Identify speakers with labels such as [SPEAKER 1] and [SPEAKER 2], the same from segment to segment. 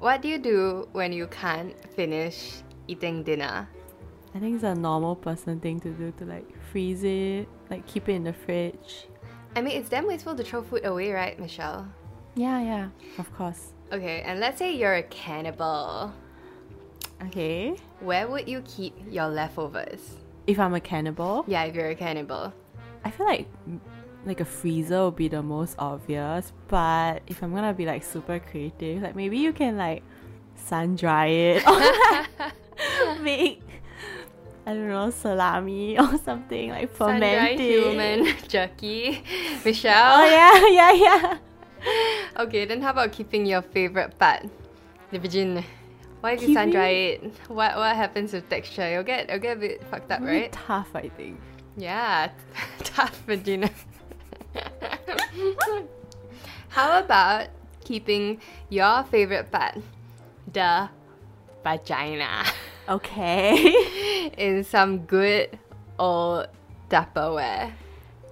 [SPEAKER 1] What do you do when you can't finish eating dinner?
[SPEAKER 2] I think it's a normal person thing to do to like freeze it, like keep it in the fridge.
[SPEAKER 1] I mean, it's damn wasteful to throw food away, right, Michelle?
[SPEAKER 2] Yeah, yeah. Of course.
[SPEAKER 1] Okay, and let's say you're a cannibal.
[SPEAKER 2] Okay.
[SPEAKER 1] Where would you keep your leftovers?
[SPEAKER 2] If I'm a cannibal,
[SPEAKER 1] Yeah, if you're a cannibal.
[SPEAKER 2] I feel like like a freezer would be the most obvious, but if I'm gonna be like super creative, like maybe you can like sun dry it or make I don't know, salami or something, like
[SPEAKER 1] Sun-dried
[SPEAKER 2] ferment it.
[SPEAKER 1] human jerky.
[SPEAKER 2] Oh
[SPEAKER 1] Michelle?
[SPEAKER 2] yeah, yeah, yeah.
[SPEAKER 1] Okay, then how about keeping your favorite part? The vagina. Why do you sun dry it? What what happens with texture? You'll get you'll get a bit fucked up,
[SPEAKER 2] Really
[SPEAKER 1] right?
[SPEAKER 2] tough I think.
[SPEAKER 1] Yeah, tough vagina. How about keeping your favorite part, the vagina,
[SPEAKER 2] Okay.
[SPEAKER 1] in some good old Tupperware?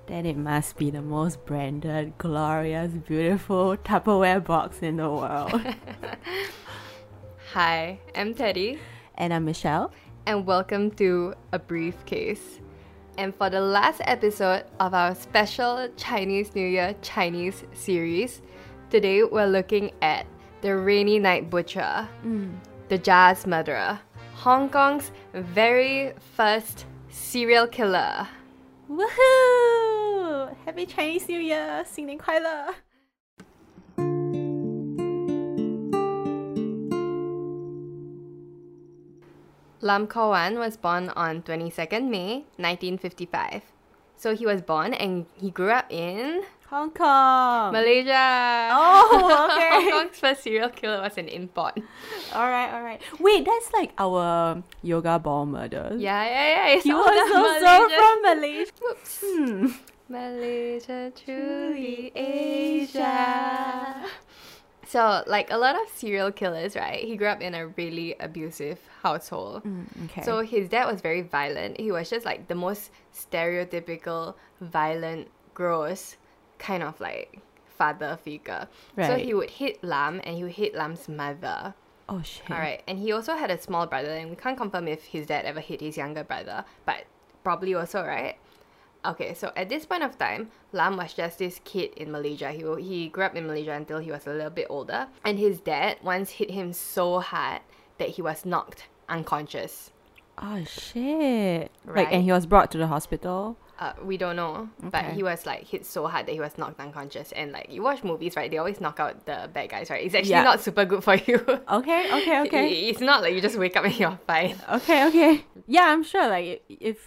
[SPEAKER 2] Then it must be the most branded, glorious, beautiful Tupperware box in the world.
[SPEAKER 1] Hi, I'm Teddy,
[SPEAKER 2] and I'm Michelle.
[SPEAKER 1] and welcome to A Briefcase. And for the last episode of our special Chinese New Year Chinese series, today we're looking at The Rainy Night Butcher,
[SPEAKER 2] Mm.
[SPEAKER 1] The Jazz Murderer, Hong Kong's very first serial killer.
[SPEAKER 2] Woohoo! Happy Chinese New Year! 新年快乐!
[SPEAKER 1] Lam Kor Wan was born on 22nd May 1955. So he was born and he grew up in
[SPEAKER 2] Hong Kong!
[SPEAKER 1] Malaysia.
[SPEAKER 2] Oh, okay.
[SPEAKER 1] Hong Kong's first serial killer was an import.
[SPEAKER 2] alright, alright. Wait, that's like our um, yoga ball murder.
[SPEAKER 1] Yeah, yeah, yeah. It's
[SPEAKER 2] He
[SPEAKER 1] all
[SPEAKER 2] was
[SPEAKER 1] the
[SPEAKER 2] also
[SPEAKER 1] Malaysia.
[SPEAKER 2] from Malaysia.
[SPEAKER 1] Whoops.
[SPEAKER 2] Hmm.
[SPEAKER 1] Malaysia, truly Asia. So, like a lot of serial killers, right? He grew up in a really abusive household.
[SPEAKER 2] Mm, Okay.
[SPEAKER 1] So his dad was very violent. He was just like the most stereotypical violent, gross kind of like father figure. So
[SPEAKER 2] Right.
[SPEAKER 1] he would hit Lam and he would hit Lam's mother.
[SPEAKER 2] oh shit.
[SPEAKER 1] All right, and he also had a small brother, and we can't confirm if his dad ever hit his younger brother, but probably also, right? Okay, so at this point of time, Lam was just this kid in Malaysia. He wa- he grew up in Malaysia until he was a little bit older, and his dad once hit him so hard that he was knocked unconscious.
[SPEAKER 2] Oh shit. Like,
[SPEAKER 1] Right.
[SPEAKER 2] and he was brought to the hospital.
[SPEAKER 1] Uh, we don't know, but
[SPEAKER 2] Okay.
[SPEAKER 1] he was like hit so hard that he was knocked unconscious. And like you watch movies, right? They always knock out the bad guys, right? It's actually
[SPEAKER 2] Yeah.
[SPEAKER 1] not super good for you.
[SPEAKER 2] Okay, okay, okay.
[SPEAKER 1] It's not like you just wake up and you're fine.
[SPEAKER 2] Okay, okay. Yeah, I'm sure. Like, i- if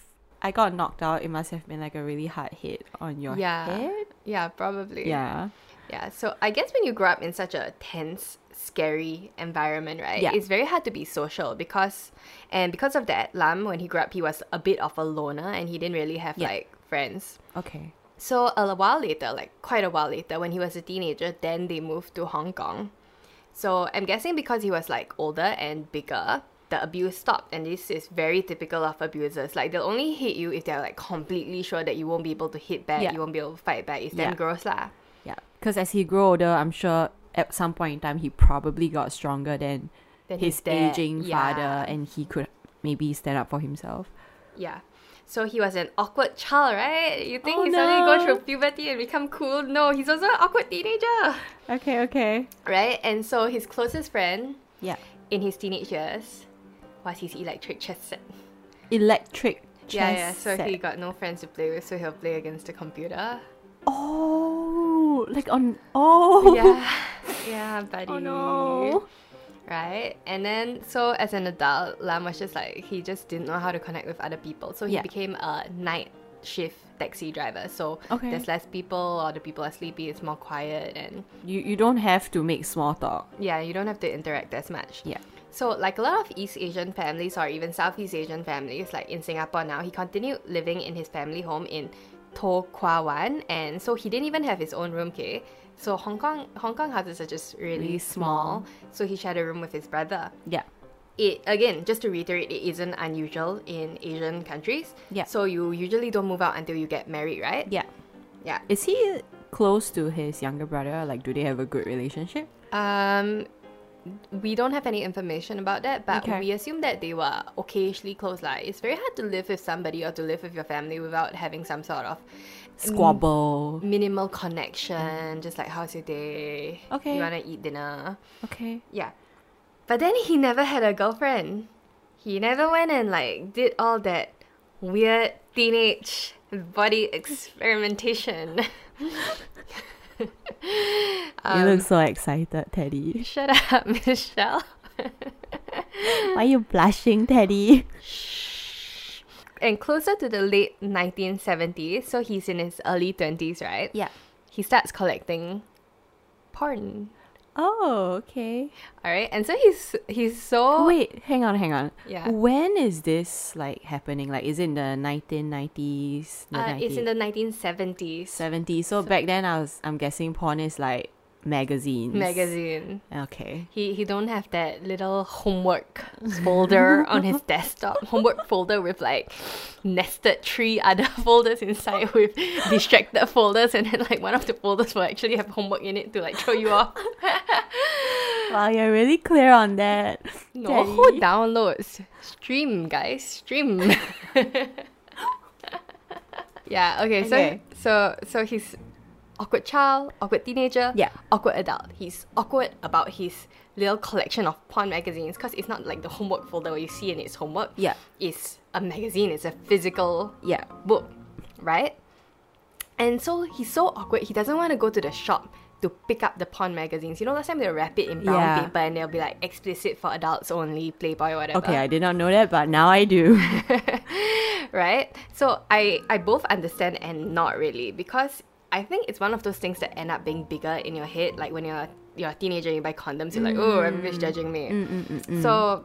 [SPEAKER 2] I got knocked out, it must have been like a really hard hit on your
[SPEAKER 1] yeah.
[SPEAKER 2] head.
[SPEAKER 1] Yeah, probably.
[SPEAKER 2] Yeah.
[SPEAKER 1] Yeah. So I guess when you grow up in such a tense, scary environment, right?
[SPEAKER 2] Yeah.
[SPEAKER 1] It's very hard to be social because and because of that, Lam when he grew up he was a bit of a loner and he didn't really have
[SPEAKER 2] Yeah.
[SPEAKER 1] like friends.
[SPEAKER 2] Okay.
[SPEAKER 1] So a while later, like quite a while later, when he was a teenager, then they moved to Hong Kong. So I'm guessing because he was like older and bigger, the abuse stopped. And this is very typical of abusers. Like they'll only hit you if they're like completely sure that you won't be able to hit back,
[SPEAKER 2] Yeah.
[SPEAKER 1] you won't be able to fight back. It's
[SPEAKER 2] Yeah.
[SPEAKER 1] damn gross lah.
[SPEAKER 2] Yeah. Because as he grew older, I'm sure at some point in time he probably got stronger than,
[SPEAKER 1] Than
[SPEAKER 2] his
[SPEAKER 1] his dad,
[SPEAKER 2] aging
[SPEAKER 1] yeah.
[SPEAKER 2] father, and he could maybe stand up for himself.
[SPEAKER 1] Yeah. So he was an awkward child, right? You think
[SPEAKER 2] Oh,
[SPEAKER 1] he suddenly
[SPEAKER 2] no.
[SPEAKER 1] go through puberty and become cool? No, he's also an awkward teenager.
[SPEAKER 2] Okay. Okay.
[SPEAKER 1] Right? And so his closest friend
[SPEAKER 2] Yeah.
[SPEAKER 1] in his teenage years was his electric chess set.
[SPEAKER 2] Electric. Chess
[SPEAKER 1] yeah, yeah. So
[SPEAKER 2] set.
[SPEAKER 1] he got no friends to play with, so he'll play against the computer.
[SPEAKER 2] Oh, like on. Oh.
[SPEAKER 1] Yeah, yeah, buddy.
[SPEAKER 2] Oh no.
[SPEAKER 1] Right, and then so as an adult, Lam was just like he just didn't know how to connect with other people, so he
[SPEAKER 2] Yeah.
[SPEAKER 1] became a night shift taxi driver. So
[SPEAKER 2] Okay.
[SPEAKER 1] there's less people, or the people are sleepy. It's more quiet, and
[SPEAKER 2] You you don't have to make small talk.
[SPEAKER 1] yeah, you don't have to interact as much.
[SPEAKER 2] Yeah.
[SPEAKER 1] So, like a lot of East Asian families or even Southeast Asian families, like in Singapore now, he continued living in his family home in Toh Kwa Wan, and so he didn't even have his own room. Okay, so Hong Kong Hong Kong houses are just really,
[SPEAKER 2] Really
[SPEAKER 1] small. So he shared a room with his brother.
[SPEAKER 2] Yeah.
[SPEAKER 1] It again, just to reiterate, it isn't unusual in Asian countries.
[SPEAKER 2] Yeah.
[SPEAKER 1] So you usually don't move out until you get married, right?
[SPEAKER 2] Yeah.
[SPEAKER 1] Yeah.
[SPEAKER 2] Is he close to his younger brother? Like, do they have a good relationship?
[SPEAKER 1] Um, we don't have any information about that, but
[SPEAKER 2] Okay.
[SPEAKER 1] we assume that they were occasionally close. Like it's very hard to live with somebody or to live with your family without having some sort of
[SPEAKER 2] Squabble.
[SPEAKER 1] minimal connection. Just like how's your day?
[SPEAKER 2] Okay.
[SPEAKER 1] you wanna eat dinner?
[SPEAKER 2] Okay.
[SPEAKER 1] Yeah, but then he never had a girlfriend. He never went and like did all that weird teenage body experimentation. Um,
[SPEAKER 2] you look so excited, Teddy.
[SPEAKER 1] Shut up, Michelle.
[SPEAKER 2] Why are you blushing, Teddy?
[SPEAKER 1] and closer to the late 1970s, so he's in his early 20s, right?
[SPEAKER 2] Yeah.
[SPEAKER 1] He starts collecting porn.
[SPEAKER 2] Oh, okay.
[SPEAKER 1] All right, and so he's he's so
[SPEAKER 2] Oh, Wait, hang on, hang on.
[SPEAKER 1] Yeah.
[SPEAKER 2] When is this like happening? Like, is it in the nineteen nineties?
[SPEAKER 1] uh, it's in the 1970s
[SPEAKER 2] seventies. So, back then, I was I'm guessing porn is like magazines.
[SPEAKER 1] magazine.
[SPEAKER 2] Okay.
[SPEAKER 1] He he don't have that little homework folder on his desktop. Homework folder with like nested three other folders inside with distracted folders, and then like one of the folders will actually have homework in it to like throw you off.
[SPEAKER 2] Wow, you're really clear on that.
[SPEAKER 1] No, who downloads? Stream, guys, stream. yeah. Okay.
[SPEAKER 2] Okay.
[SPEAKER 1] So so so he's awkward child, awkward teenager,
[SPEAKER 2] Yeah.
[SPEAKER 1] awkward adult. He's awkward about his little collection of porn magazines because it's not like the homework folder where you see and it's homework.
[SPEAKER 2] Yeah.
[SPEAKER 1] It's a magazine. It's a physical
[SPEAKER 2] Yeah.
[SPEAKER 1] book, right? And so he's so awkward. He doesn't want to go to the shop to pick up the porn magazines. You know, last time they'll wrap it in brown
[SPEAKER 2] Yeah.
[SPEAKER 1] paper and they'll be like explicit for adults only, Playboy, whatever.
[SPEAKER 2] Okay, I did not know that, but now I do.
[SPEAKER 1] right? So I I both understand and not really because I think it's one of those things that end up being bigger in your head. Like when you're you're a teenager, and you buy condoms. You're like, oh, everybody's judging me. So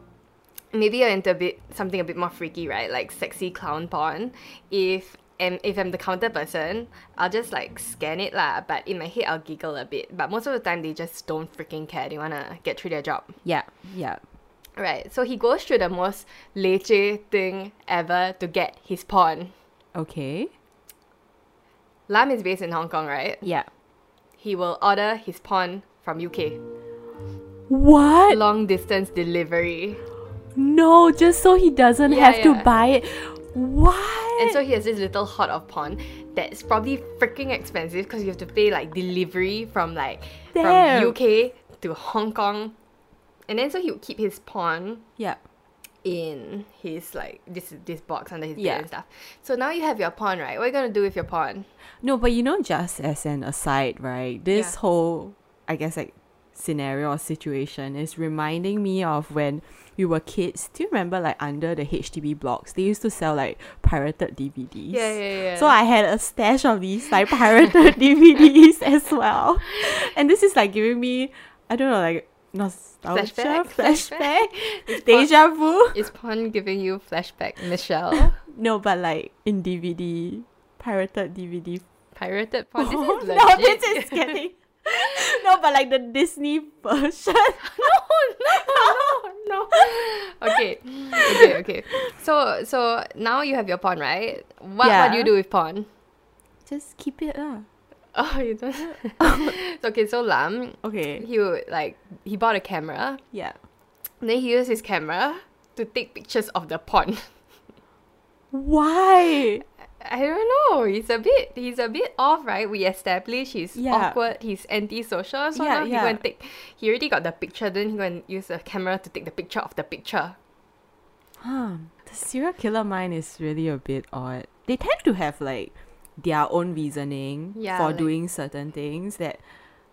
[SPEAKER 1] maybe you're into a bit something a bit more freaky, right? Like sexy clown porn. If and if I'm the counter person, I'll just like scan it lah. But in my head, I'll giggle a bit. But most of the time, they just don't freaking care. They wanna get through their job.
[SPEAKER 2] yeah. Yeah.
[SPEAKER 1] Right, so he goes through the most leche thing ever to get his pawn.
[SPEAKER 2] Okay.
[SPEAKER 1] Lam is based in Hong Kong, right?
[SPEAKER 2] Yeah.
[SPEAKER 1] He will order his pawn from UK.
[SPEAKER 2] What?
[SPEAKER 1] Long distance delivery.
[SPEAKER 2] No, just so he doesn't
[SPEAKER 1] Yeah,
[SPEAKER 2] have
[SPEAKER 1] yeah.
[SPEAKER 2] to buy it. What?
[SPEAKER 1] And so he has this little hot of pawn that's probably freaking expensive because you have to pay like delivery from like
[SPEAKER 2] Damn.
[SPEAKER 1] from UK to Hong Kong. And then so he would keep his pawn
[SPEAKER 2] yeah.
[SPEAKER 1] in his like this this box under his bed
[SPEAKER 2] Yeah.
[SPEAKER 1] and stuff. So now you have your pawn, right? What are you gonna do with your pawn?
[SPEAKER 2] No, but you know, just as an aside, right? This
[SPEAKER 1] Yeah.
[SPEAKER 2] whole, I guess, like scenario or situation is reminding me of when we were kids. Do you remember, like under the HDB blocks, they used to sell like pirated DVDs.
[SPEAKER 1] Yeah, yeah, yeah.
[SPEAKER 2] So I had a stash of these like pirated DVDs as well, and this is like giving me, I don't know, like nostalgia,
[SPEAKER 1] Flashback,
[SPEAKER 2] flashback,
[SPEAKER 1] flashback.
[SPEAKER 2] deja vu.
[SPEAKER 1] Is Pon giving you flashback, Michelle?
[SPEAKER 2] No, but like in DVD, pirated DVD
[SPEAKER 1] Pirated Pon. This is legit.
[SPEAKER 2] no, this is getting. no, but like the Disney version.
[SPEAKER 1] no, no, no. Okay, okay, okay. So, so now you have your pawn, right? What, what do you
[SPEAKER 2] Yeah.
[SPEAKER 1] do with pawn?
[SPEAKER 2] Just keep it uh. up.
[SPEAKER 1] Oh, you don't. okay, so Lam,
[SPEAKER 2] Okay.
[SPEAKER 1] he would, like he bought a camera.
[SPEAKER 2] Yeah.
[SPEAKER 1] Then he used his camera to take pictures of the pawn.
[SPEAKER 2] Why?
[SPEAKER 1] I don't know. He's a bit. He's a bit off, right? We established he's
[SPEAKER 2] Yeah.
[SPEAKER 1] awkward. He's antisocial. So
[SPEAKER 2] Yeah,
[SPEAKER 1] now he
[SPEAKER 2] yeah.
[SPEAKER 1] go and take. He already got the picture. Then he go and use the camera to take the picture of the picture.
[SPEAKER 2] Um, the serial killer mind is really a bit odd. They tend to have like their own reasoning
[SPEAKER 1] Yeah,
[SPEAKER 2] for
[SPEAKER 1] like-
[SPEAKER 2] doing certain things that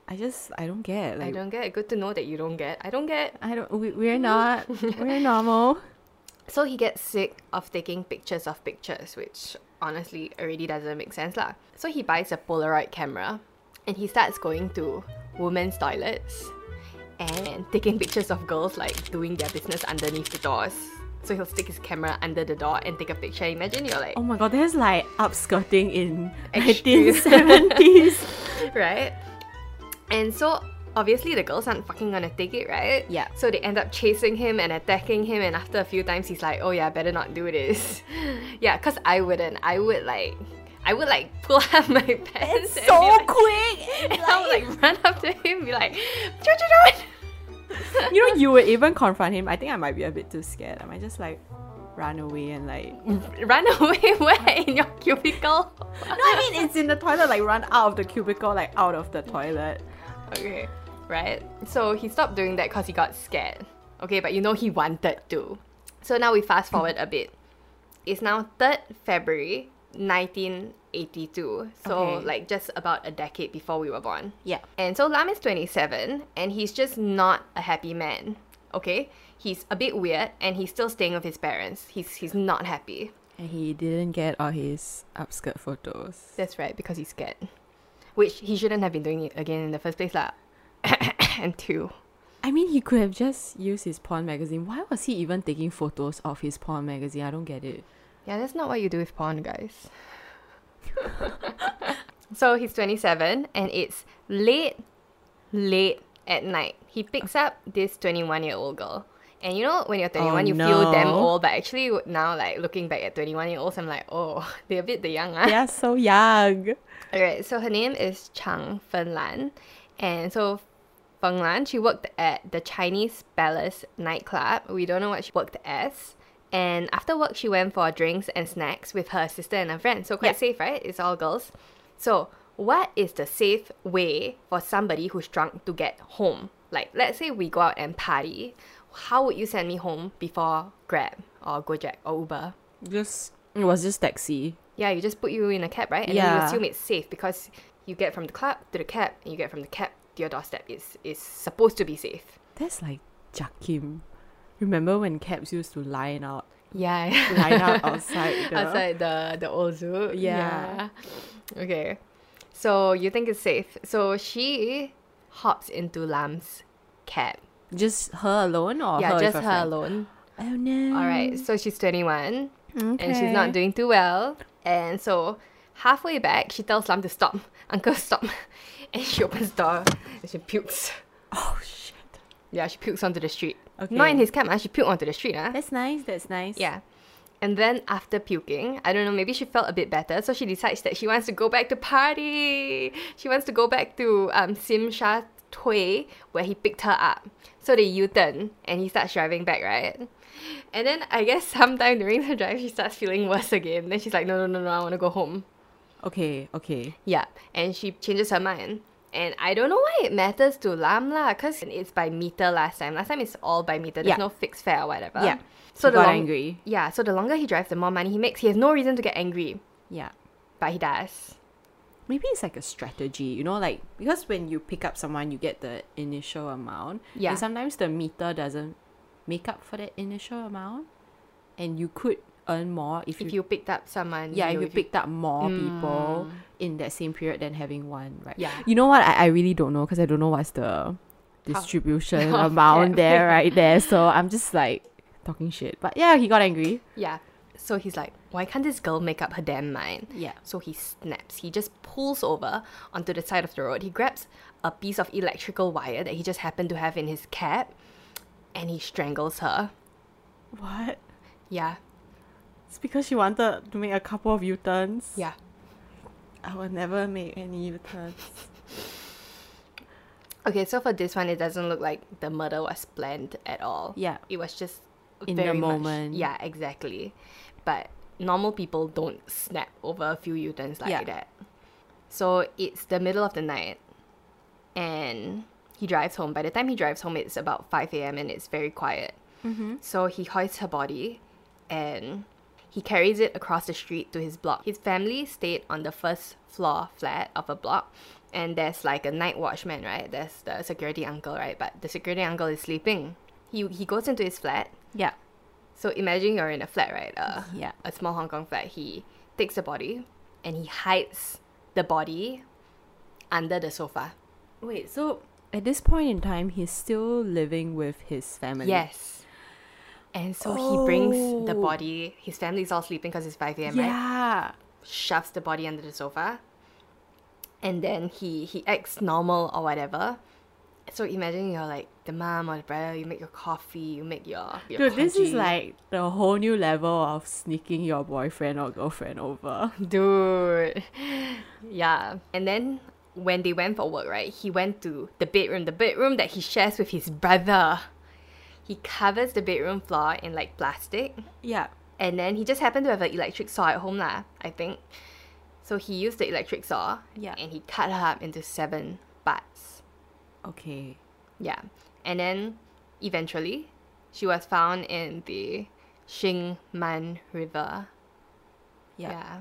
[SPEAKER 2] I just I don't get. Like
[SPEAKER 1] I don't get. Good to know that you don't get. I don't get.
[SPEAKER 2] I don't. We, we're not. we're normal.
[SPEAKER 1] So he gets sick of taking pictures of pictures, which honestly already doesn't make sense lah. So he buys a Polaroid camera and he starts going to women's toilets and taking pictures of girls like doing their business underneath the doors. So he'll stick his camera under the door and take a picture. Imagine you're like,
[SPEAKER 2] Oh my god, that's like upskirting in
[SPEAKER 1] Extreme.
[SPEAKER 2] 1970s.
[SPEAKER 1] right? And so obviously the girls aren't fucking gonna take it, right?
[SPEAKER 2] Yeah.
[SPEAKER 1] So they end up chasing him and attacking him, and after a few times, he's like, "Oh yeah, I better not do this." yeah, cause I wouldn't. I would like, I would like pull out my pants. and be
[SPEAKER 2] so
[SPEAKER 1] like-
[SPEAKER 2] quick!
[SPEAKER 1] And I would like run up to him, be like, "Don't you do it?"
[SPEAKER 2] you know, you would even confront him. I think I might be a bit too scared. I might just like run away and like. no,
[SPEAKER 1] Run away where in your cubicle?
[SPEAKER 2] I mean, it's in the toilet, like run out of the cubicle, like out of the toilet.
[SPEAKER 1] Okay, right? So he stopped doing that because he got scared. Okay, but you know he wanted to. So now we fast forward a bit. It's now 3rd February 1982. So,
[SPEAKER 2] Okay.
[SPEAKER 1] like, just about a decade before we were born.
[SPEAKER 2] Yeah.
[SPEAKER 1] And so Lam is 27 and he's just not a happy man. Okay? He's a bit weird and he's still staying with his parents. He's, he's not happy.
[SPEAKER 2] And he didn't get all his upskirt photos.
[SPEAKER 1] That's right, because he's scared. Which he shouldn't have been doing it again in the first place, lah. and two.
[SPEAKER 2] I mean, he could have just used his porn magazine. Why was he even taking photos of his porn magazine? I don't get it.
[SPEAKER 1] Yeah, that's not what you do with porn, guys. so he's 27 and it's late, late at night. He picks up this 21 year old girl. And you know, when you're 21, you feel damn
[SPEAKER 2] no.
[SPEAKER 1] old, but actually, w- now, like, looking back at 21 year olds, I'm like, oh, they're a bit the young, ah.
[SPEAKER 2] They're so young.
[SPEAKER 1] Alright, so her name is Chang Fen Lan. And so Feng Lan, she worked at the Chinese Palace nightclub. We don't know what she worked as. And after work, she went for drinks and snacks with her sister and her friend. So quite
[SPEAKER 2] Yeah.
[SPEAKER 1] safe, right? It's all girls. So, what is the safe way for somebody who's drunk to get home? Like, let's say we go out and party. How would you send me home before Grab or Gojek or Uber?
[SPEAKER 2] Just it was just taxi.
[SPEAKER 1] Yeah, you just put you in a cab, right? And then you
[SPEAKER 2] Yeah.
[SPEAKER 1] assume it's safe because you get from the club to the cab and you get from the cab to your doorstep. It's, it's supposed to be safe.
[SPEAKER 2] That's like Jakim. Remember when cabs used to line out,
[SPEAKER 1] Yeah.
[SPEAKER 2] line out outside? The...
[SPEAKER 1] Outside the, the old zoo.
[SPEAKER 2] Yeah.
[SPEAKER 1] Yeah. Okay. So you think it's safe. So she hops into Lam's cab.
[SPEAKER 2] Just her alone or
[SPEAKER 1] yeah,
[SPEAKER 2] her
[SPEAKER 1] just her alone.
[SPEAKER 2] Oh no.
[SPEAKER 1] All right, so she's 21 and she's not doing too well. And so halfway back, she tells Lam to stop. Uncle, stop. And she opens the door and she pukes.
[SPEAKER 2] Oh shit.
[SPEAKER 1] Yeah, she pukes onto the street.
[SPEAKER 2] Okay.
[SPEAKER 1] Not in his camp, ah. she puked onto the street. Ah.
[SPEAKER 2] That's nice, that's nice.
[SPEAKER 1] Yeah. And then after puking, I don't know, maybe she felt a bit better, so she decides that she wants to go back to party. She wants to go back to um, Sim Sha Tui, where he picked her up. So they U-turn, and he starts driving back, right? And then I guess sometime during the drive, she starts feeling worse again. Then she's like, no, no, no, no, I want to go home.
[SPEAKER 2] Okay, okay.
[SPEAKER 1] Yeah, and she changes her mind. And I don't know why it matters to Lam lah, because it's by meter last time. Last time it's all by meter. There's
[SPEAKER 2] Yeah.
[SPEAKER 1] no fixed fare or whatever.
[SPEAKER 2] Yeah.
[SPEAKER 1] So
[SPEAKER 2] He
[SPEAKER 1] the
[SPEAKER 2] got
[SPEAKER 1] long-
[SPEAKER 2] angry.
[SPEAKER 1] Yeah. So the longer he drives, the more money he makes. He has no reason to get angry,
[SPEAKER 2] Yeah.
[SPEAKER 1] but he does.
[SPEAKER 2] Maybe it's like a strategy, you know, like because when you pick up someone you get the initial amount.
[SPEAKER 1] Yeah.
[SPEAKER 2] And sometimes the meter doesn't make up for that initial amount. And you could earn more if,
[SPEAKER 1] If you picked up someone,
[SPEAKER 2] yeah, if you
[SPEAKER 1] pick
[SPEAKER 2] picked up more people in that same period than having one, right?
[SPEAKER 1] Mm. Yeah.
[SPEAKER 2] You know what? I, I really don't know because I don't know what's the distribution
[SPEAKER 1] Of
[SPEAKER 2] amount
[SPEAKER 1] that.
[SPEAKER 2] there, right there. So I'm just like talking shit. But yeah, he got angry.
[SPEAKER 1] Yeah. So he's like, why can't this girl make up her damn mind?
[SPEAKER 2] Yeah.
[SPEAKER 1] So he snaps. He just pulls over onto the side of the road. He grabs a piece of electrical wire that he just happened to have in his cab, and he strangles her.
[SPEAKER 2] What?
[SPEAKER 1] Yeah.
[SPEAKER 2] It's because she wanted to make a couple of U turns.
[SPEAKER 1] Yeah.
[SPEAKER 2] I will never make any U turns.
[SPEAKER 1] Okay, so for this one, it doesn't look like the murder was planned at all.
[SPEAKER 2] Yeah.
[SPEAKER 1] It was just
[SPEAKER 2] In the
[SPEAKER 1] very much-
[SPEAKER 2] moment.
[SPEAKER 1] yeah, exactly. But normal people don't snap over a few U turns like
[SPEAKER 2] Yeah.
[SPEAKER 1] that. So it's the middle of the night and he drives home. By the time he drives home, it's about 5 a.m. and it's very quiet. So he hoists her body and he carries it across the street to his block. His family stayed on the first floor flat of a block, and there's like a night watchman, right? There's the security uncle, right? But the security uncle is sleeping. He, he goes into his flat.
[SPEAKER 2] yeah.
[SPEAKER 1] So imagine you're in a flat, right? Uh,
[SPEAKER 2] Yeah.
[SPEAKER 1] A small Hong Kong flat. He takes the body and he hides the body under the sofa.
[SPEAKER 2] Wait, so at this point in time, he's still living with his family.
[SPEAKER 1] Yes. And so he brings the body, his family's all sleeping because it's 5 a.m., right?
[SPEAKER 2] Oh. Yeah.
[SPEAKER 1] shoves the body under the sofa and then he he acts normal or whatever so imagine you're like the mom or the brother you make your coffee you make your, your
[SPEAKER 2] Dude, this is
[SPEAKER 1] congee.
[SPEAKER 2] like the whole new level of sneaking your boyfriend or girlfriend over.
[SPEAKER 1] dude yeah and then when they went for work right he went to the bedroom the bedroom that he shares with his brother he covers the bedroom floor in like plastic
[SPEAKER 2] Yeah.
[SPEAKER 1] And then he just happened to have an electric saw at home lah, I think. So he used the electric saw.
[SPEAKER 2] Yeah.
[SPEAKER 1] And he cut her up into seven parts.
[SPEAKER 2] Okay.
[SPEAKER 1] Yeah. And then eventually she was found in the Xing Man River.
[SPEAKER 2] Yeah.
[SPEAKER 1] Yeah.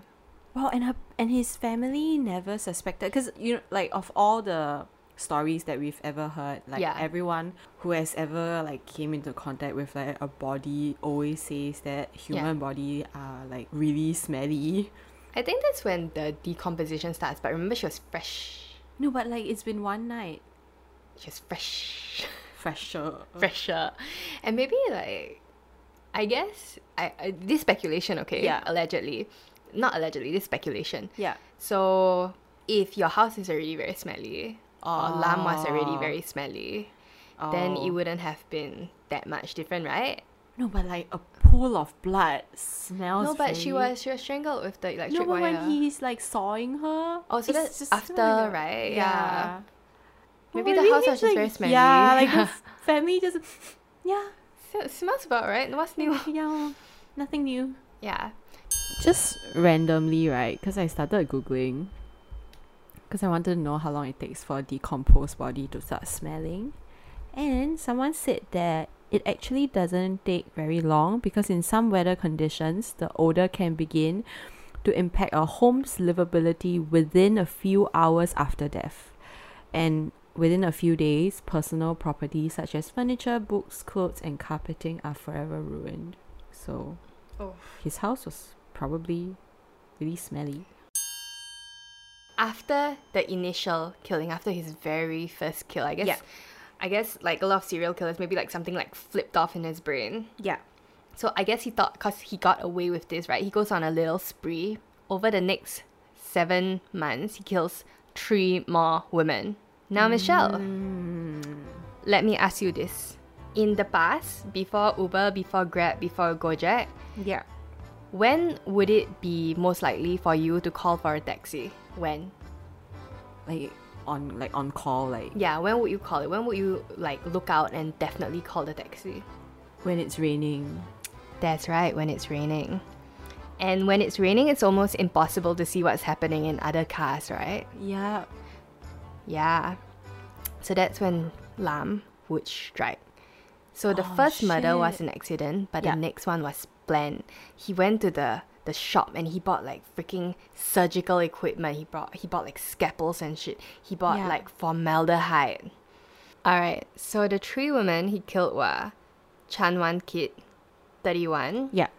[SPEAKER 2] Well, and her and his family never suspected because you know, like of all the stories that we've ever heard, like
[SPEAKER 1] Yeah.
[SPEAKER 2] everyone who has ever like came into contact with like a body always says that human body are like really smelly.
[SPEAKER 1] I think that's when the decomposition starts, but remember she was fresh.
[SPEAKER 2] No, but like it's been one night.
[SPEAKER 1] She was fresh.
[SPEAKER 2] Fresher.
[SPEAKER 1] fresher. And maybe like I guess I, I this speculation, okay?
[SPEAKER 2] Yeah.
[SPEAKER 1] Allegedly. Not allegedly, this speculation.
[SPEAKER 2] Yeah.
[SPEAKER 1] So if your house is already very smelly or lum was
[SPEAKER 2] Ah.
[SPEAKER 1] already very smelly, then
[SPEAKER 2] Oh.
[SPEAKER 1] it wouldn't have been that much different, right?
[SPEAKER 2] No, but like a pool of blood smells.
[SPEAKER 1] No, but she
[SPEAKER 2] very-
[SPEAKER 1] was she was strangled with the electric
[SPEAKER 2] Oh, No, but
[SPEAKER 1] wire.
[SPEAKER 2] when he's like sawing her.
[SPEAKER 1] Oh, so
[SPEAKER 2] it's
[SPEAKER 1] that's
[SPEAKER 2] just kinda
[SPEAKER 1] after,
[SPEAKER 2] a-
[SPEAKER 1] right? Yeah.
[SPEAKER 2] Yeah.
[SPEAKER 1] Maybe the house was
[SPEAKER 2] he's,
[SPEAKER 1] just very smelly.
[SPEAKER 2] Yeah, Oh, like the f- family just. Yeah,
[SPEAKER 1] S- smells about right. What's new?
[SPEAKER 2] yeah, nothing new.
[SPEAKER 1] yeah.
[SPEAKER 2] Just randomly, right? Because I started googling. Because I wanted to know how long it takes for a decomposed body to start smelling. And someone said that it actually doesn't take very long because, in some weather conditions, the odor can begin to impact a home's livability within a few hours after death. And within a few days, personal property such as furniture, books, clothes, and carpeting are forever ruined. So,
[SPEAKER 1] Oh.
[SPEAKER 2] his house was probably really smelly.
[SPEAKER 1] after the initial killing, after his very first kill, I guess.
[SPEAKER 2] Yeah.
[SPEAKER 1] I guess like a lot of serial killers, maybe like something like flipped off in his brain.
[SPEAKER 2] Yeah.
[SPEAKER 1] So I guess he thought because he got away with this, right? He goes on a little spree. Over the next seven months, he kills three more women. Now, Michelle,
[SPEAKER 2] Mm.
[SPEAKER 1] let me ask you this. In the past, before Uber, before Grab, before Gojek,
[SPEAKER 2] Yeah.
[SPEAKER 1] when would it be most likely for you to call for a taxi? When?
[SPEAKER 2] Like on like on call, like
[SPEAKER 1] Yeah, when would you call it? When would you like look out and definitely call the taxi?
[SPEAKER 2] when it's raining.
[SPEAKER 1] That's right, when it's raining. And when it's raining, it's almost impossible to see what's happening in other cars, right?
[SPEAKER 2] Yeah.
[SPEAKER 1] Yeah. So that's when Lam would strike. So the first murder was an accident, but
[SPEAKER 2] Oh, Yeah.
[SPEAKER 1] the next one was planned. He went to the the shop and he bought like freaking surgical equipment. He brought he bought like scalpels and shit. He bought
[SPEAKER 2] Yeah.
[SPEAKER 1] like formaldehyde. All right. So the three women he killed were Chan Wan Kit, 31,
[SPEAKER 2] Yeah.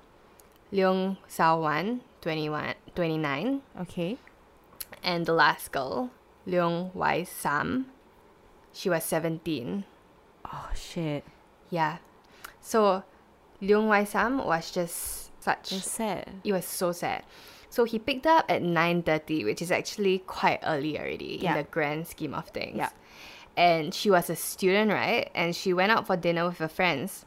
[SPEAKER 1] Leung Sao Wan, 21, 29,
[SPEAKER 2] Okay.
[SPEAKER 1] and the last girl, Leung Wai Sam, she was 17.
[SPEAKER 2] Oh shit.
[SPEAKER 1] Yeah. So, Leung Wai Sam was just such.
[SPEAKER 2] That's sad.
[SPEAKER 1] It was so sad. So he picked up at 9.30, which is actually quite early already
[SPEAKER 2] Yeah.
[SPEAKER 1] in the grand scheme of things.
[SPEAKER 2] Yeah.
[SPEAKER 1] And she was a student, right? And she went out for dinner with her friends.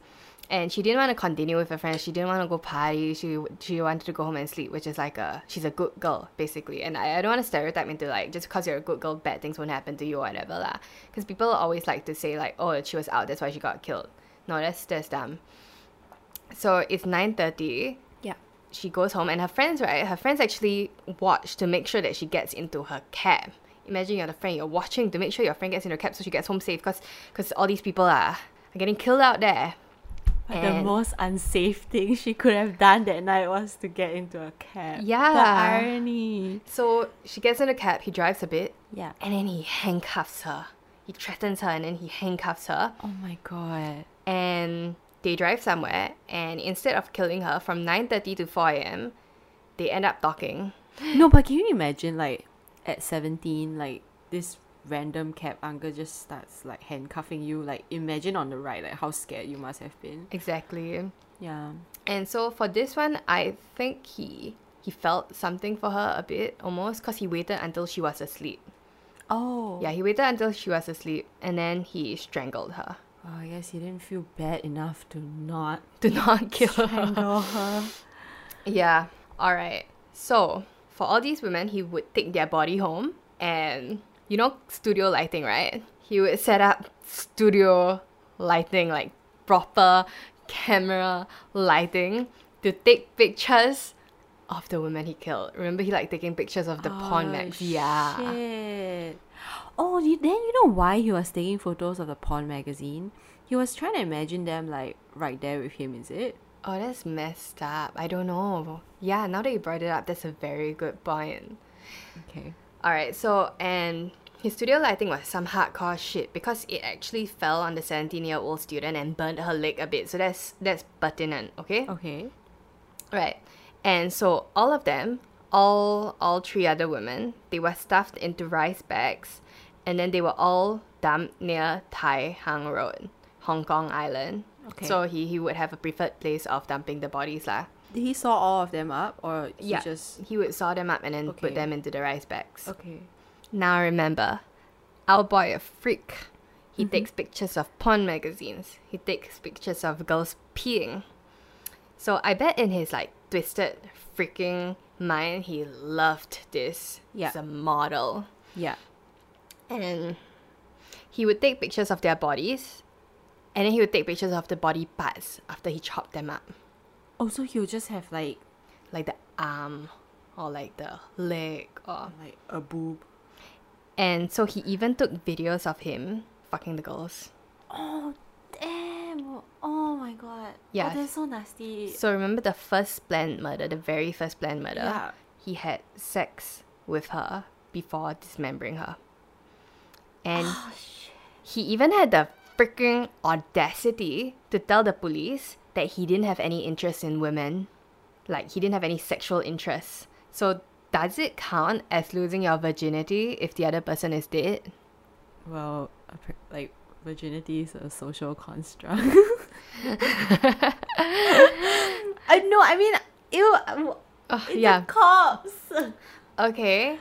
[SPEAKER 1] And she didn't want to continue with her friends. She didn't want to go party. She she wanted to go home and sleep, which is like a she's a good girl basically. And I, I don't want to stereotype into like just because you're a good girl, bad things won't happen to you or whatever lah. Because people always like to say like, oh, she was out, that's why she got killed. No, that's that's dumb. So it's nine thirty
[SPEAKER 2] Yeah.
[SPEAKER 1] she goes home and her friends, right? Her friends actually watch to make sure that she gets into her cab. Imagine you're the friend, you're watching to make sure your friend gets into her cab so she gets home safe because all these people are, are getting killed out there.
[SPEAKER 2] But the
[SPEAKER 1] And-
[SPEAKER 2] most unsafe thing she could have done that night was to get into a cab. The
[SPEAKER 1] Yeah.
[SPEAKER 2] irony.
[SPEAKER 1] So she gets in the cab, he drives a bit,
[SPEAKER 2] Yeah.
[SPEAKER 1] and then he handcuffs her. He threatens her and then he handcuffs her.
[SPEAKER 2] Oh my god.
[SPEAKER 1] And they drive somewhere and instead of killing her from 9.30 to 4 a.m., they end up talking.
[SPEAKER 2] No, but can you imagine like at seventeen, like this random cab uncle just starts like handcuffing you. Like imagine on the ride, like how scared you must have been.
[SPEAKER 1] Exactly.
[SPEAKER 2] Yeah.
[SPEAKER 1] And so for this one, I think he he felt something for her a bit almost because he waited until she was asleep.
[SPEAKER 2] Oh.
[SPEAKER 1] Yeah, he waited until she was asleep and then he strangled her.
[SPEAKER 2] Oh, I guess he didn't feel bad enough to not
[SPEAKER 1] Did not kill her.
[SPEAKER 2] handle her.
[SPEAKER 1] Yeah. All right. So for all these women, he would take their body home, and you know studio lighting, right? He would set up studio lighting, like proper camera lighting, to take pictures of the women he killed. Remember, he like taking pictures of the pawn mags. Yeah.
[SPEAKER 2] Shit. Oh, you, then you know why he was taking photos of the porn magazine? He was trying to imagine them like right there with him, is it?
[SPEAKER 1] Oh, that's messed up. I don't know. Yeah. Now that you brought it up, that's a very good point.
[SPEAKER 2] Okay.
[SPEAKER 1] All right, so and his studio lighting was some hardcore shit because it actually fell on the 17-year-old student and burned her leg a bit. So that's that's pertinent, okay?
[SPEAKER 2] Okay.
[SPEAKER 1] Right. And so all of them, all all three other women, they were stuffed into rice bags and then they were all dumped near Tai Hang Road, Hong Kong Island.
[SPEAKER 2] Okay.
[SPEAKER 1] So he, he would have a preferred place of dumping the bodies lah.
[SPEAKER 2] He saw all of them up, or he
[SPEAKER 1] Yeah.
[SPEAKER 2] just
[SPEAKER 1] he would saw them up and then
[SPEAKER 2] Okay.
[SPEAKER 1] put them into the rice bags.
[SPEAKER 2] okay.
[SPEAKER 1] Now remember, our boy a freak. He takes pictures of porn magazines. He takes pictures of girls peeing. So I bet in his like twisted freaking mind, he loved this.
[SPEAKER 2] Yeah.
[SPEAKER 1] He's a model.
[SPEAKER 2] Yeah.
[SPEAKER 1] And he would take pictures of their bodies. And then he would take pictures of the body parts after he chopped them up.
[SPEAKER 2] Oh, so he'll just have like
[SPEAKER 1] Like the arm or like the leg or
[SPEAKER 2] like a boob.
[SPEAKER 1] and so he even took videos of him fucking the girls.
[SPEAKER 2] Oh damn! Oh my god.
[SPEAKER 1] Yeah.
[SPEAKER 2] Oh, that's so nasty.
[SPEAKER 1] So remember the first planned murder, the very first planned murder?
[SPEAKER 2] Yeah.
[SPEAKER 1] He had sex with her before dismembering her. And he even had the freaking audacity to tell the police that he didn't have any interest in women. Like he didn't have any sexual interests. So does it count as losing your virginity if the other person is dead?
[SPEAKER 2] Well, appar- like virginity is a social construct. I know. I mean, ew.
[SPEAKER 1] Ugh,
[SPEAKER 2] It's
[SPEAKER 1] yeah.
[SPEAKER 2] a corpse.
[SPEAKER 1] Okay.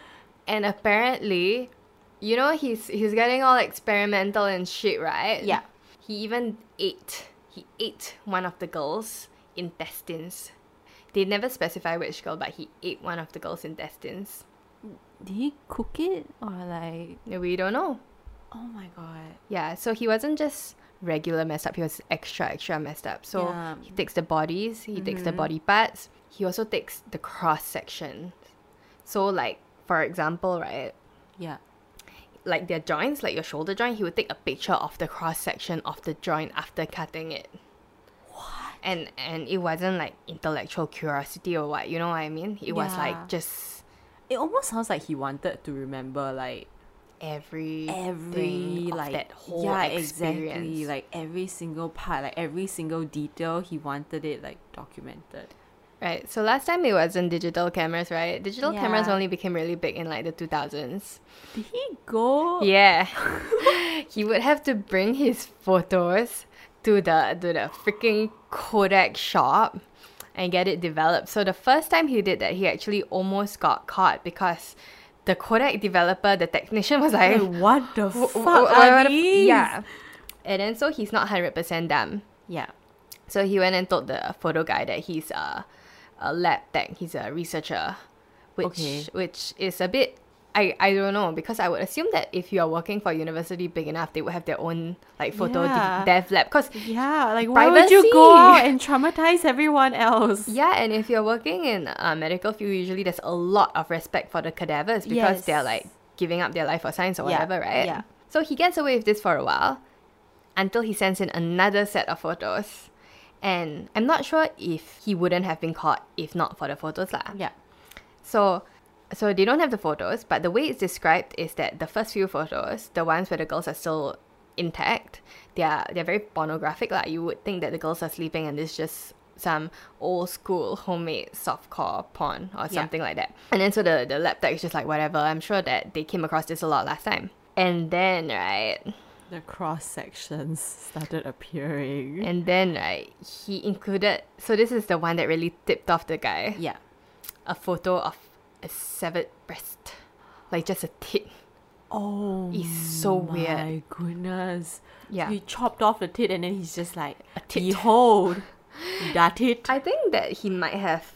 [SPEAKER 1] And apparently, you know he's he's getting all experimental and shit, right?
[SPEAKER 2] Yeah.
[SPEAKER 1] He even ate he ate one of the girls' intestines. They never specify which girl, but he ate one of the girls' intestines.
[SPEAKER 2] Did he cook it or like?
[SPEAKER 1] We don't know.
[SPEAKER 2] Oh my god.
[SPEAKER 1] Yeah, so he wasn't just regular messed up, he was extra, extra messed up. So
[SPEAKER 2] Yeah. Mm-hmm.
[SPEAKER 1] he takes the bodies, he takes the body parts, he also takes the cross section. So like for example, right?
[SPEAKER 2] Yeah.
[SPEAKER 1] like their joints, like your shoulder joint, he would take a picture of the cross section of the joint after cutting it. What? And and it wasn't like intellectual curiosity or what, you know what I mean? It was
[SPEAKER 2] Yeah.
[SPEAKER 1] like just
[SPEAKER 2] It almost sounds like he wanted to remember like
[SPEAKER 1] every
[SPEAKER 2] every
[SPEAKER 1] of
[SPEAKER 2] like
[SPEAKER 1] that whole
[SPEAKER 2] yeah
[SPEAKER 1] experience.
[SPEAKER 2] exactly like every single part like every single detail he wanted it like documented.
[SPEAKER 1] right. So last time it wasn't digital cameras, right? Digital cameras
[SPEAKER 2] Yeah.
[SPEAKER 1] only became really big in like the two thousands.
[SPEAKER 2] Did he go?
[SPEAKER 1] Yeah. he would have to bring his photos to the to the freaking Kodak shop and get it developed. So the first time he did that, he actually almost got caught because the Kodak developer, the technician was like,
[SPEAKER 2] Like, what the
[SPEAKER 1] "Wh-
[SPEAKER 2] fuck
[SPEAKER 1] wh- what-
[SPEAKER 2] are
[SPEAKER 1] what-
[SPEAKER 2] these?
[SPEAKER 1] Yeah. And then so he's not 100% dumb.
[SPEAKER 2] Yeah.
[SPEAKER 1] So he went and told the photo guy that he's a, a lab tech, he's a researcher, which
[SPEAKER 2] Okay.
[SPEAKER 1] which is a bit I, I don't know because I would assume that if you are working for a university big enough, they would have their own like photo de-
[SPEAKER 2] Yeah.
[SPEAKER 1] dev lab. Cause
[SPEAKER 2] Yeah, like why would you go
[SPEAKER 1] Privacy.
[SPEAKER 2] out and traumatize everyone else?
[SPEAKER 1] yeah, and if you're working in a medical field, usually there's a lot of respect for the cadavers because
[SPEAKER 2] Yes.
[SPEAKER 1] they're like giving up their life for science or
[SPEAKER 2] Yeah,
[SPEAKER 1] whatever, right?
[SPEAKER 2] yeah.
[SPEAKER 1] So he gets away with this for a while until he sends in another set of photos. And I'm not sure if he wouldn't have been caught if not for the photos. lah.
[SPEAKER 2] Yeah.
[SPEAKER 1] So so they don't have the photos, but the way it's described is that the first few photos, the ones where the girls are still intact, they're they're very pornographic. Like you would think that the girls are sleeping and this just some old school homemade softcore porn or something like that. And then so the, the lab tech is just like, whatever. I'm sure that they came across this a lot last time. And then, right,
[SPEAKER 2] The cross sections started appearing.
[SPEAKER 1] and then, right, he included. So this is the one that really tipped off the guy.
[SPEAKER 2] yeah.
[SPEAKER 1] A photo of a severed breast, like just a tit.
[SPEAKER 2] Oh
[SPEAKER 1] It's so weird.
[SPEAKER 2] my goodness.
[SPEAKER 1] Yeah.
[SPEAKER 2] He chopped off the tit and then he's just like,
[SPEAKER 1] tit.
[SPEAKER 2] behold, that it.
[SPEAKER 1] I think that he might have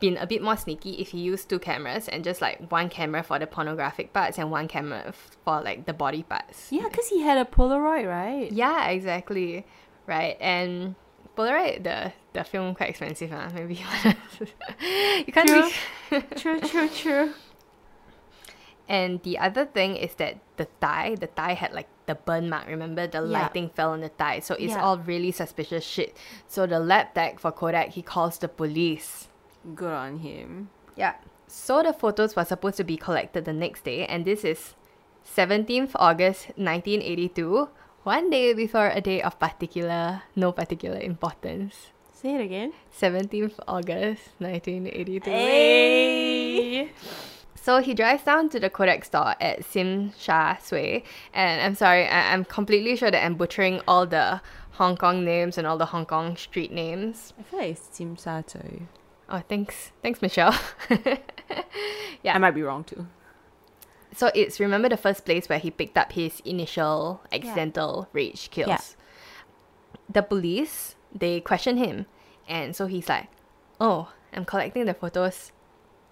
[SPEAKER 1] been a bit more sneaky if he used two cameras and just like one camera for the pornographic parts and one camera f- for like the body parts.
[SPEAKER 2] yeah, because he had a Polaroid, right?
[SPEAKER 1] Yeah, exactly. Right. And Polaroid, the, the film quite expensive, huh? Maybe you can't.
[SPEAKER 2] True.
[SPEAKER 1] Be-
[SPEAKER 2] true, true, true.
[SPEAKER 1] And the other thing is that the thigh, the thigh had like the burn mark. Remember, the
[SPEAKER 2] Yeah.
[SPEAKER 1] lighting fell on the thigh, so it's
[SPEAKER 2] Yeah.
[SPEAKER 1] all really suspicious shit. So the lab tech for Kodak, he calls the police.
[SPEAKER 2] Good on him.
[SPEAKER 1] Yeah. So the photos were supposed to be collected the next day, and this is 17th August 1982, one day before a day of particular, no particular importance.
[SPEAKER 2] Say it again.
[SPEAKER 1] 17th August 1982.
[SPEAKER 2] Hey!
[SPEAKER 1] So he drives down to the Kodak store at Sim Sha Sui, and I'm sorry, I- I'm completely sure that I'm butchering all the Hong Kong names and all the Hong Kong street names.
[SPEAKER 2] I feel like it's Tim Sato.
[SPEAKER 1] Oh, thanks, thanks, Michelle.
[SPEAKER 2] I might be wrong too.
[SPEAKER 1] so it's remember the first place where he picked up his initial accidental rage kills.
[SPEAKER 2] Yeah.
[SPEAKER 1] The police they question him, and so he's like, "Oh, I'm collecting the photos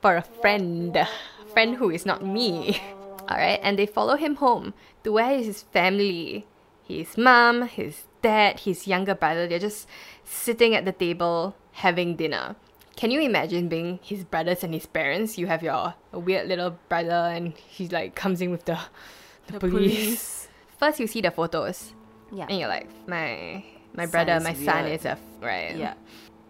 [SPEAKER 1] for a friend, friend who is not me." All right, and they follow him home to where is his family, his mom, his dad, his younger brother. They're just sitting at the table having dinner. Can you imagine being his brothers and his parents? You have your weird little brother, and he like comes in with the the, police. First, you see the photos,
[SPEAKER 2] Yeah.
[SPEAKER 1] and you're like, my my
[SPEAKER 2] Son
[SPEAKER 1] brother,
[SPEAKER 2] is
[SPEAKER 1] my son
[SPEAKER 2] weird.
[SPEAKER 1] is a f- right.
[SPEAKER 2] Yeah.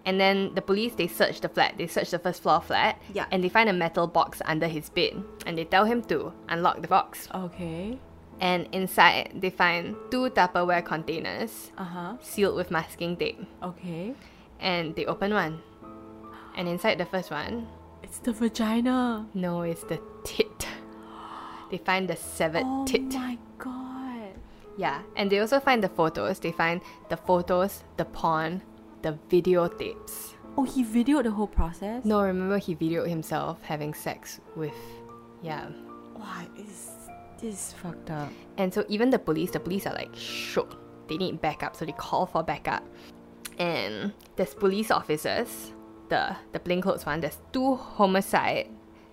[SPEAKER 1] And then the police they search the flat. They search the first floor flat.
[SPEAKER 2] Yeah.
[SPEAKER 1] And they find a metal box under his bed, and they tell him to unlock the box.
[SPEAKER 2] Okay.
[SPEAKER 1] And inside they find two Tupperware containers
[SPEAKER 2] Uh huh.
[SPEAKER 1] sealed with masking tape.
[SPEAKER 2] Okay.
[SPEAKER 1] And they open one, and inside the first one,
[SPEAKER 2] It's the vagina.
[SPEAKER 1] no, it's the tit. They find the severed
[SPEAKER 2] oh
[SPEAKER 1] tit.
[SPEAKER 2] my god.
[SPEAKER 1] Yeah, and they also find the photos. They find the photos, the porn, the videotapes.
[SPEAKER 2] Oh, he videoed the whole process.
[SPEAKER 1] No, remember he videoed himself having sex with. Yeah.
[SPEAKER 2] Why is this fucked up?
[SPEAKER 1] And so even the police, the police are like shook. They need backup, so they call for backup. And there's police officers, the the plainclothes one. There's two homicide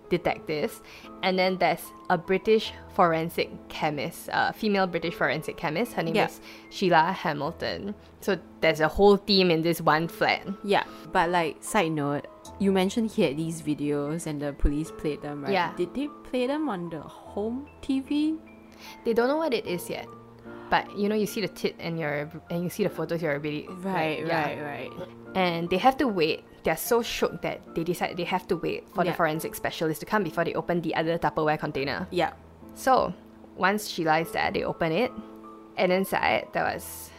[SPEAKER 1] detectives, and then there's a British forensic chemist, a female British forensic chemist. Her name
[SPEAKER 2] Yeah.
[SPEAKER 1] is Sheila Hamilton. So there's a whole team in this one flat.
[SPEAKER 2] Yeah, but like side note, you mentioned he had these videos and the police played them, right?
[SPEAKER 1] Yeah.
[SPEAKER 2] Did they play them on the home TV?
[SPEAKER 1] They don't know what it is yet, but you know you see the tit and your and you see the photos. You're already like,
[SPEAKER 2] Right,
[SPEAKER 1] yeah.
[SPEAKER 2] right, right.
[SPEAKER 1] and they have to wait. They're so shook that they decide they have to wait for
[SPEAKER 2] Yeah.
[SPEAKER 1] the forensic specialist to come before they open the other Tupperware container.
[SPEAKER 2] Yeah.
[SPEAKER 1] So, once she lies there, they open it, and inside there was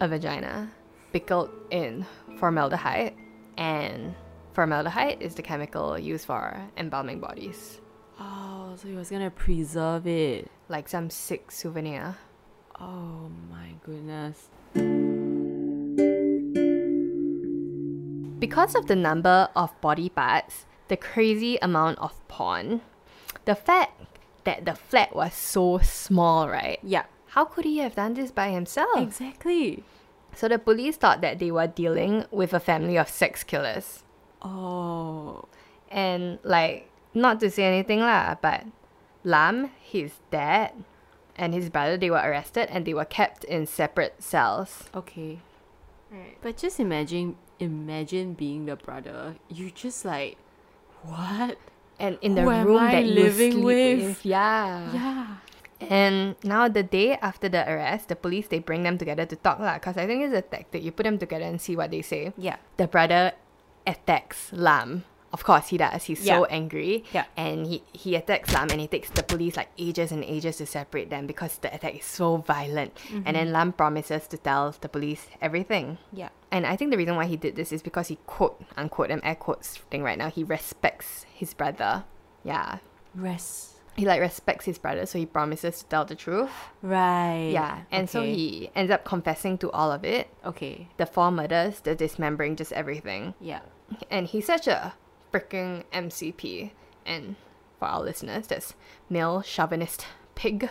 [SPEAKER 1] a vagina pickled in formaldehyde, and formaldehyde is the chemical used for embalming bodies,
[SPEAKER 2] Oh, so he was gonna preserve it.
[SPEAKER 1] like some sick souvenir.
[SPEAKER 2] Oh my goodness.
[SPEAKER 1] Because of the number of body parts, the crazy amount of porn, the fact that the flat was so small, right?
[SPEAKER 2] Yeah.
[SPEAKER 1] How could he have done this by himself?
[SPEAKER 2] Exactly.
[SPEAKER 1] So the police thought that they were dealing with a family of sex killers.
[SPEAKER 2] Oh.
[SPEAKER 1] And, like, not to say anything lah, but Lam, his dad, and his brother, they were arrested and they were kept in separate cells.
[SPEAKER 2] Okay. Right. But just imagine imagine being the brother. You just like what?
[SPEAKER 1] And in the
[SPEAKER 2] Who am
[SPEAKER 1] room
[SPEAKER 2] I
[SPEAKER 1] that you
[SPEAKER 2] living
[SPEAKER 1] sleep
[SPEAKER 2] with?
[SPEAKER 1] Yeah.
[SPEAKER 2] Yeah.
[SPEAKER 1] And now the day after the arrest, the police they bring them together to talk lah. Cause I think it's a tactic. You put them together and see what they say.
[SPEAKER 2] Yeah.
[SPEAKER 1] The brother attacks Lam Of course he does. He's so
[SPEAKER 2] Yeah.
[SPEAKER 1] angry.
[SPEAKER 2] Yeah.
[SPEAKER 1] And he, he attacks Lam and it takes the police like ages and ages to separate them because the attack is so violent. And then Lam promises to tell the police everything.
[SPEAKER 2] Mm-hmm. Yeah.
[SPEAKER 1] And I think the reason why he did this is because he quote unquote and air quotes thing right now, he respects his brother. Yeah.
[SPEAKER 2] Rest.
[SPEAKER 1] He like respects his brother, so he promises to tell the truth.
[SPEAKER 2] Right.
[SPEAKER 1] Yeah. And so
[SPEAKER 2] Okay.
[SPEAKER 1] he ends up confessing to all of it.
[SPEAKER 2] Okay.
[SPEAKER 1] The four murders, the dismembering, just everything.
[SPEAKER 2] Yeah.
[SPEAKER 1] And he's such a freaking MCP. And for our listeners, that's male chauvinist pig.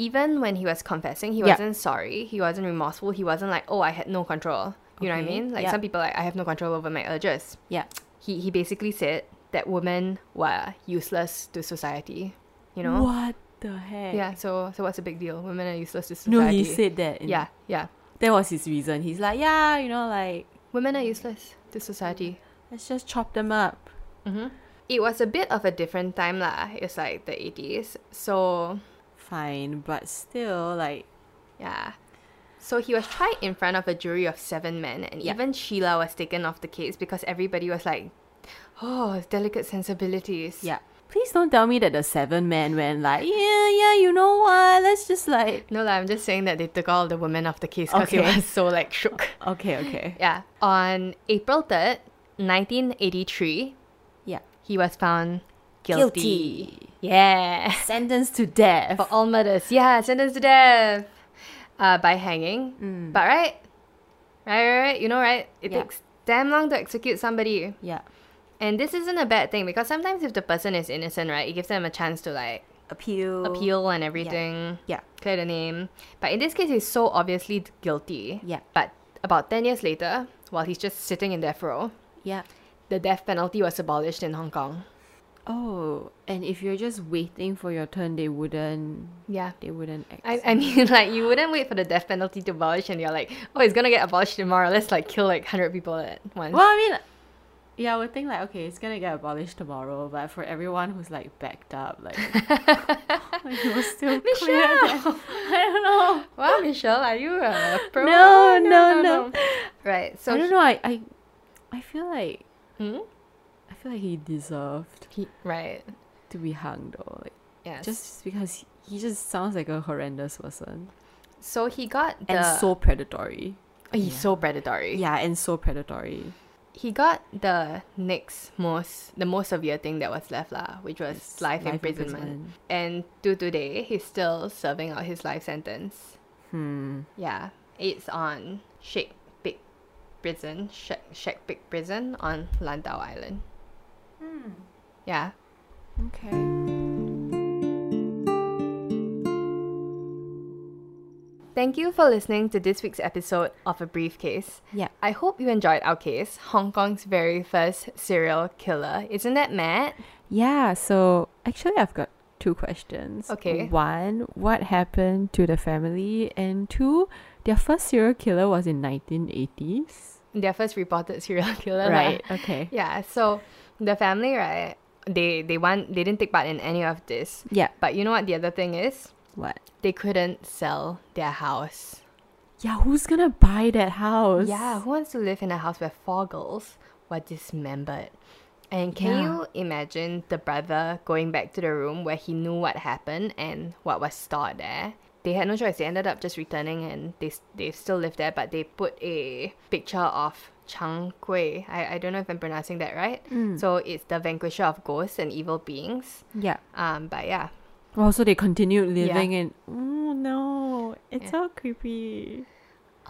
[SPEAKER 1] Even when he was confessing, he
[SPEAKER 2] Yeah.
[SPEAKER 1] wasn't sorry. He wasn't remorseful. He wasn't like, oh, I had no control. You know what I
[SPEAKER 2] Okay,
[SPEAKER 1] mean? Like
[SPEAKER 2] yeah.
[SPEAKER 1] some people, like I have no control over my urges.
[SPEAKER 2] Yeah.
[SPEAKER 1] He he basically said that women were useless to society. You know?
[SPEAKER 2] What the heck?
[SPEAKER 1] Yeah. So so what's the big deal? Women are useless to society.
[SPEAKER 2] No, he said that. in-
[SPEAKER 1] Yeah, yeah.
[SPEAKER 2] That was his reason. He's like, yeah, you know, like
[SPEAKER 1] Women are useless to society.
[SPEAKER 2] let's just chop them up.
[SPEAKER 1] It was a bit of a different time lah. It's like the eighties. So
[SPEAKER 2] Fine, but still, like,
[SPEAKER 1] yeah. So he was tried in front of a jury of seven men and
[SPEAKER 2] Yeah.
[SPEAKER 1] even Sheila was taken off the case because everybody was like, Oh, delicate sensibilities.
[SPEAKER 2] yeah. Please don't tell me that the seven men went like, yeah, yeah, you know what? Let's just like,
[SPEAKER 1] No, lah, I'm just saying that they took all the women off the case because
[SPEAKER 2] Okay.
[SPEAKER 1] it was so like shook.
[SPEAKER 2] okay, okay,
[SPEAKER 1] Yeah. On April 3rd, 1983,
[SPEAKER 2] yeah.
[SPEAKER 1] he was found guilty. Yeah.
[SPEAKER 2] Sentenced to death.
[SPEAKER 1] For all murders, yeah, sentenced to death uh, by hanging. But right, right, right, right, you know, right? It
[SPEAKER 2] Mm. Yeah.
[SPEAKER 1] takes damn long to execute somebody.
[SPEAKER 2] yeah.
[SPEAKER 1] And this isn't a bad thing because sometimes if the person is innocent, right, it gives them a chance to like
[SPEAKER 2] Appeal.
[SPEAKER 1] appeal and everything,
[SPEAKER 2] Oh. Yeah.
[SPEAKER 1] clear the name. But in this case, he's so obviously guilty.
[SPEAKER 2] Yeah.
[SPEAKER 1] But about 10 years later, while he's just sitting in death row,
[SPEAKER 2] Yeah.
[SPEAKER 1] the death penalty was abolished in Hong Kong.
[SPEAKER 2] Oh, and if you're just waiting for your turn, they wouldn't.
[SPEAKER 1] Yeah.
[SPEAKER 2] They wouldn't. Ex-
[SPEAKER 1] I, I mean, like, you wouldn't wait for the death penalty to abolish and you're like, oh, it's gonna get abolished tomorrow. Let's, like, kill, like, 100 people at once.
[SPEAKER 2] well, I mean, yeah, I would think like, okay, it's gonna get abolished tomorrow, but for everyone who's like backed up, like, like it was still clear. that- I don't know.
[SPEAKER 1] Wow, Michelle, are you a pro?
[SPEAKER 2] No, no, no.
[SPEAKER 1] Right, so
[SPEAKER 2] I don't
[SPEAKER 1] he-
[SPEAKER 2] know. I, I, I feel like. I feel like he deserved
[SPEAKER 1] Hmm? he- right.
[SPEAKER 2] to be hung though, like,
[SPEAKER 1] Yes.
[SPEAKER 2] just because he, he just sounds like a horrendous person
[SPEAKER 1] so he got the.
[SPEAKER 2] and so oh, predatory.
[SPEAKER 1] he's so predatory.
[SPEAKER 2] Yeah, and so predatory.
[SPEAKER 1] He got the next most, the most severe thing that was left, lah, which was
[SPEAKER 2] Yes,
[SPEAKER 1] life,
[SPEAKER 2] life
[SPEAKER 1] imprisonment.
[SPEAKER 2] imprisonment.
[SPEAKER 1] And to today, he's still serving out his life sentence.
[SPEAKER 2] Hmm.
[SPEAKER 1] Yeah, it's on Shake Big Prison, Shake, Shake Big Prison on Lantau Island.
[SPEAKER 2] Hmm.
[SPEAKER 1] Yeah.
[SPEAKER 2] Okay.
[SPEAKER 1] Thank you for listening to this week's episode of A Briefcase.
[SPEAKER 2] Yeah.
[SPEAKER 1] I hope you enjoyed our case, Hong Kong's very first serial killer. Isn't that mad?
[SPEAKER 2] Yeah, so actually, I've got two questions.
[SPEAKER 1] Okay.
[SPEAKER 2] One, what happened to the family? And two, their first serial killer was in 1980s.
[SPEAKER 1] Their first reported serial killer. lah.
[SPEAKER 2] Right, okay.
[SPEAKER 1] Yeah, so the family, right? They they want they didn't take part in any of this.
[SPEAKER 2] Yeah.
[SPEAKER 1] But you know what the other thing is?
[SPEAKER 2] What?
[SPEAKER 1] They couldn't sell their house.
[SPEAKER 2] Yeah, who's gonna buy that house?
[SPEAKER 1] Yeah, who wants to live in a house where four girls were dismembered? And can
[SPEAKER 2] Yeah.
[SPEAKER 1] you imagine the brother going back to the room where he knew what happened and what was stored there? They had no choice. They ended up just returning and they, s- they still live there, but they put a picture of Chang Kui. I, I don't know if I'm pronouncing that right. So it's the vanquisher of ghosts and evil beings.
[SPEAKER 2] Yeah.
[SPEAKER 1] Um, but yeah,
[SPEAKER 2] Well, so they continued living in. Oh no, it's so creepy.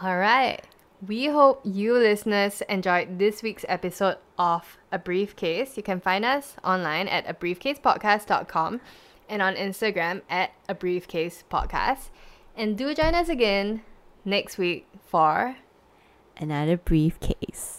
[SPEAKER 1] All right. We hope you listeners enjoyed this week's episode of A Briefcase. You can find us online at abriefcasepodcast.com and on Instagram at a briefcase podcast. And do join us again next week for
[SPEAKER 2] Another briefcase.